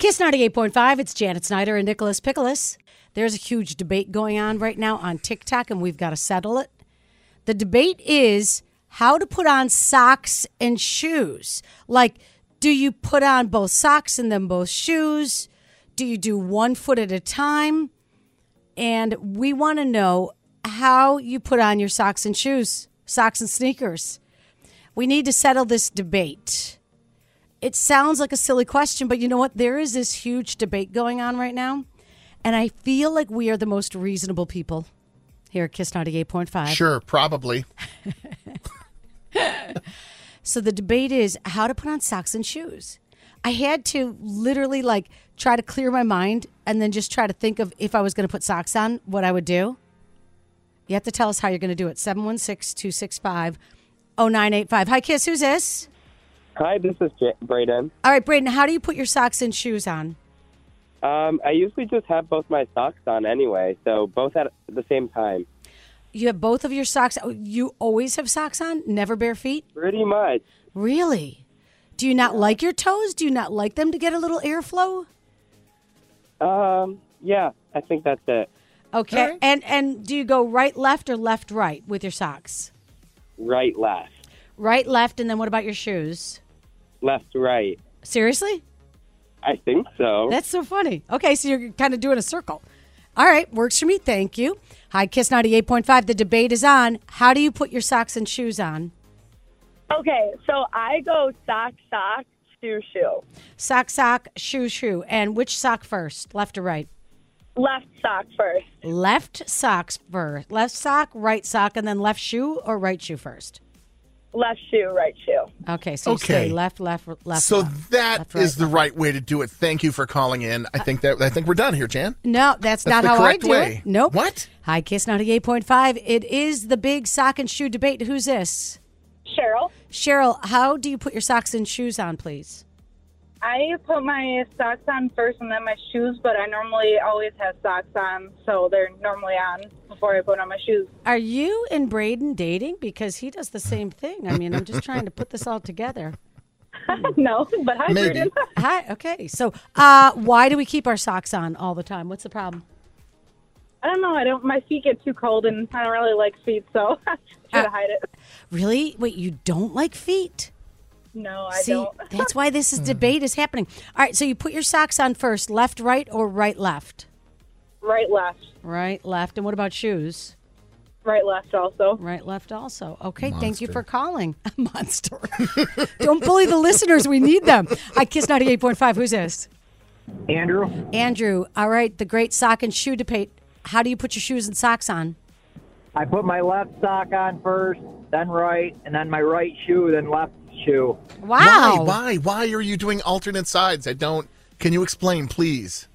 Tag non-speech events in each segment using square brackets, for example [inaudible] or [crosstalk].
Kiss 98.5, it's Janet Snyder and Nicholas Picolis. There's a huge debate going on right now on TikTok, and we've got to settle it. The debate is how to put on socks and shoes. Like, do you put on both socks and then both shoes? Do you do one foot at a time? And we want to know how you put on your socks and shoes, socks and sneakers. We need to settle this debate it sounds like a silly question, but you know what? There is this huge debate going on right now, and I feel like we are the most reasonable people here at Kiss 98.5. Sure, probably. So the debate is how to put on socks and shoes. I had to literally like try to clear my mind and then just try to think of if I was going to put socks on, what I would do. You have to tell us how you're going to do it. 716 265 0985. Hi, Kiss. Who's this? Hi, this is J- Brayden. All right, Braden, how do you put your socks and shoes on? Um, I usually just have both my socks on anyway, so both at the same time. You have both of your socks. oh, You always have socks on, never bare feet? Pretty much. Really? Do you not like your toes? Do you not like them to get a little airflow? Um, yeah, I think that's it. Okay. And and do you go right left or left right with your socks? Right, left. Right left and then what about your shoes? Left, right. Seriously? I think so. That's so funny. Okay, so you're kind of doing a circle. All right, works for me. Thank you. Hi, Kiss 98.5. The debate is on. How do you put your socks and shoes on? Okay, so I go sock, sock, shoe, shoe. Sock, sock, shoe, shoe. And which sock first, left or right? Left sock first. Left socks first. Left sock, right sock, and then left shoe or right shoe first? Left shoe, right shoe. Okay, so you stay Okay. left, left, left. so left. that That's right. is the right way to do it. Thank you for calling in. Uh, I think that I think we're done here, Jan. No, that's, not the how I correct do way. it. Nope. What? Hi, Kiss 98.5. It is the big sock and shoe debate. Who's this? Cheryl, Cheryl, how do you put your socks and shoes on, please? I put my socks on first and then my shoes, but I normally always have socks on, so they're normally on before I put on my shoes. [laughs] Are you and Braden dating? Because he does the same thing. I mean, I'm just trying to put this all together. no, but hi, Maybe. Brayden. Hi. Okay. So, uh, why do we keep our socks on all the time? What's the problem? I don't know. I don't. My feet get too cold, and I don't really like feet, so [laughs] I try to hide it. Really? Wait, you don't like feet? No, I See, don't. [laughs] that's why this is Hmm. debate is happening. All right, so you put your socks on first, left, right, or right, left? Right, left, Right, left. And what about shoes? right, left. Also, Right, left also. Okay, thank you for calling. [laughs] Monster. Don't bully the listeners. We need them. I Kiss 98.5. Who's this? Andrew, Andrew. All right, the great sock and shoe debate. How do you put your shoes and socks on? I put my left sock on first, then right, and then my right shoe, then left shoe. Wow. Why? Why? Why are you doing alternate sides? I don't. Can you explain, please?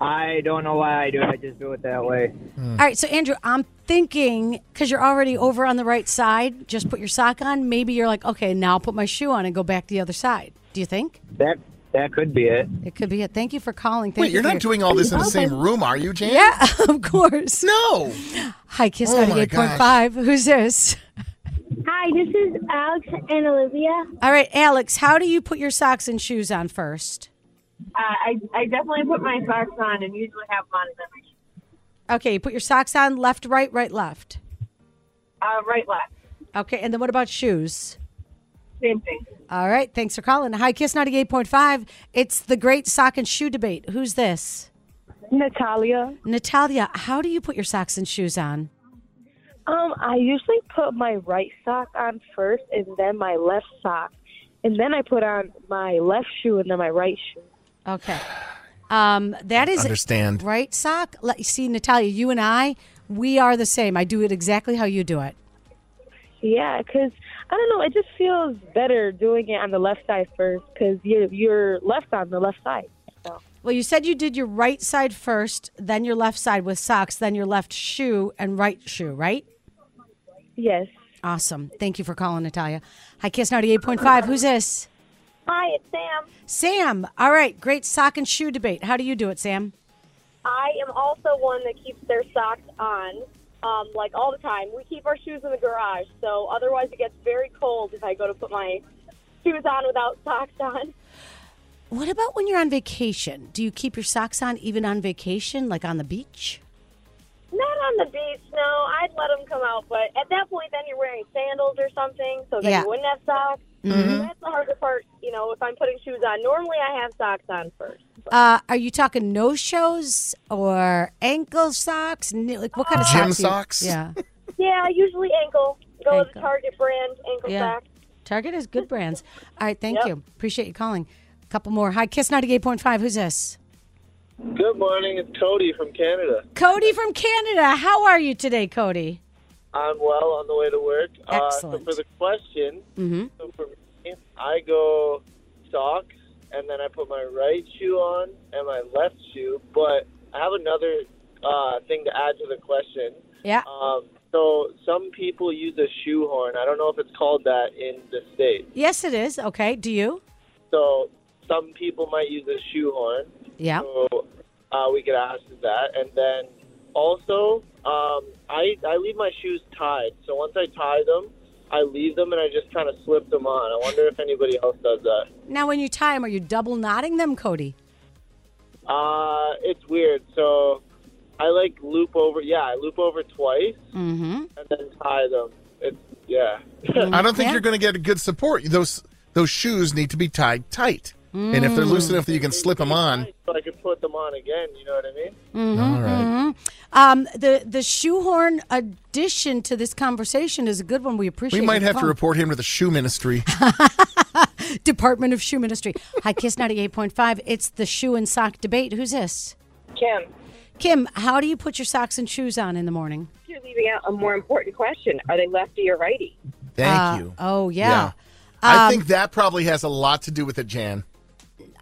I don't know why I do it. I just do it that way. All right, so Andrew, I'm thinking because you're already over on the right side, just put your sock on. Maybe you're like, okay, now I'll put my shoe on and go back the other side. Do you think? That that could be it. It could be it. Thank you for calling. Thank Wait, you you're for not your- doing all this in the same room, are you, Jan? Yeah, [laughs] of course. No. Hi, Kiss Oh my 98.5. Who's this? Hi, this is Alex and Olivia. All right, Alex, how do you put your socks and shoes on first? Uh, I I definitely put my socks on, and usually have them on in my shoes. Okay, you put your socks on left, right, right, left. Uh, right, left. Okay, and then what about shoes? Same thing. All right, thanks for calling. Hi, Kiss 98.5. It's the great sock and shoe debate. Who's this? Natalia. Natalia, how do you put your socks and shoes on? Um, I usually put my right sock on first and then my left sock. And then I put on my left shoe and then my right shoe. Okay. Um, that is Understand. right sock. Let you see, Natalia, you and I, we are the same. I do it exactly how you do it. Yeah, because I don't know, it just feels better doing it on the left side first because you're, you're left on the left side. So Well, you said you did your right side first, then your left side with socks, then your left shoe and right shoe, right? yes. Awesome. Thank you for calling, Natalia. Hi, Kiss 98.5. Who's this? Hi, it's Sam. Sam. All right. Great sock and shoe debate. How do you do it, Sam? I am also one that keeps their socks on, um, like all the time. We keep our shoes in the garage, so otherwise it gets very cold if I go to put my shoes on without socks on. What about when you're on vacation? Do you keep your socks on even on vacation, like on the beach? Not on the beach, no. I'd let them come out, but at that point, then you're wearing sandals or something, so Yeah. then Mm-hmm. you wouldn't have socks. That's the harder part, you know, if I'm putting shoes on. Normally, I have socks on first. Uh, are you talking no shows or ankle socks? N- Like what kind of Gym socks? socks? do you- Yeah. Yeah, usually ankle. Go with Ankle. the Target brand, ankle Yeah. socks. Target has good brands. All right. Thank you. Appreciate you calling. A couple more. Hi, Kiss 98.5. Who's this? Good morning, it's Cody from Canada. Cody from Canada. How are you today, Cody? I'm well on the way to work. Excellent. Uh, so for the question, so for me, I go socks, and then I put my right shoe on and my left shoe. But I have another uh, thing to add to the question. Yeah. Um, so some people use a shoehorn. I don't know if it's called that in the states. Yes, it is. Okay. Do you? So some people might use a shoehorn. Yeah. So uh, we could ask that, and then also um, I I leave my shoes tied. So once I tie them, I leave them and I just kind of slip them on. I wonder if anybody else does that. Now, when you tie them, are you double knotting them, Cody? Uh, it's weird. So I like loop over. Yeah, I loop over twice Mm-hmm. and then tie them. It's yeah. [laughs] I don't think Yeah. you're going to get a good support. Those those shoes need to be tied tight, and if they're loose Mm. enough that you can slip them on, So I could put them on again. You know what I mean? Mm-hmm. all right. Um, the the shoehorn addition to this conversation is a good one. We appreciate. We might your have to call. report him to the [laughs] shoe ministry. Department of Shoe Ministry. Hi, Kiss ninety eight point five. It's the shoe and sock debate. Who's this? Kim, Kim, how do you put your socks and shoes on in the morning? you're leaving out a more important question. Are they lefty or righty? Thank Uh, you. oh, yeah. Um, I think that probably has a lot to do with it, Jan.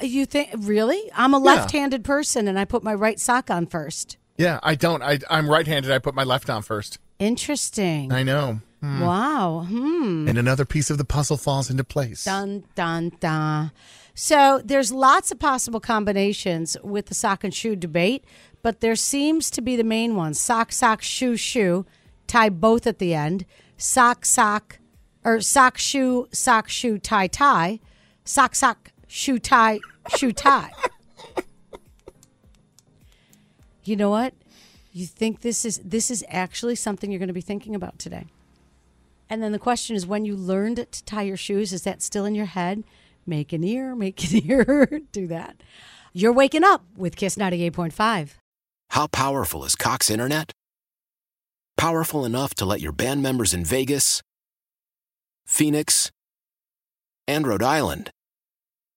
You think really? I'm a left-handed person, and I put my right sock on first. Yeah, I don't. I, I'm right-handed. I put my left on first. Interesting. I know. Wow. Hmm. And another piece of the puzzle falls into place. Dun dun dun. So there's lots of possible combinations with the sock and shoe debate, but there seems to be the main one: sock, sock, shoe, shoe. Tie both at the end. Sock, sock, or sock, shoe, sock, shoe, tie, tie. Sock, sock, shoe, tie, shoe, tie. you know what? You think this is this is actually something you're going to be thinking about today. And then the question is when you learned to tie your shoes, is that still in your head? Make an ear, make an [laughs] ear, do that. You're waking up with Kiss 98.5. How powerful is Cox Internet? Powerful enough to let your band members in Vegas, Phoenix, and Rhode Island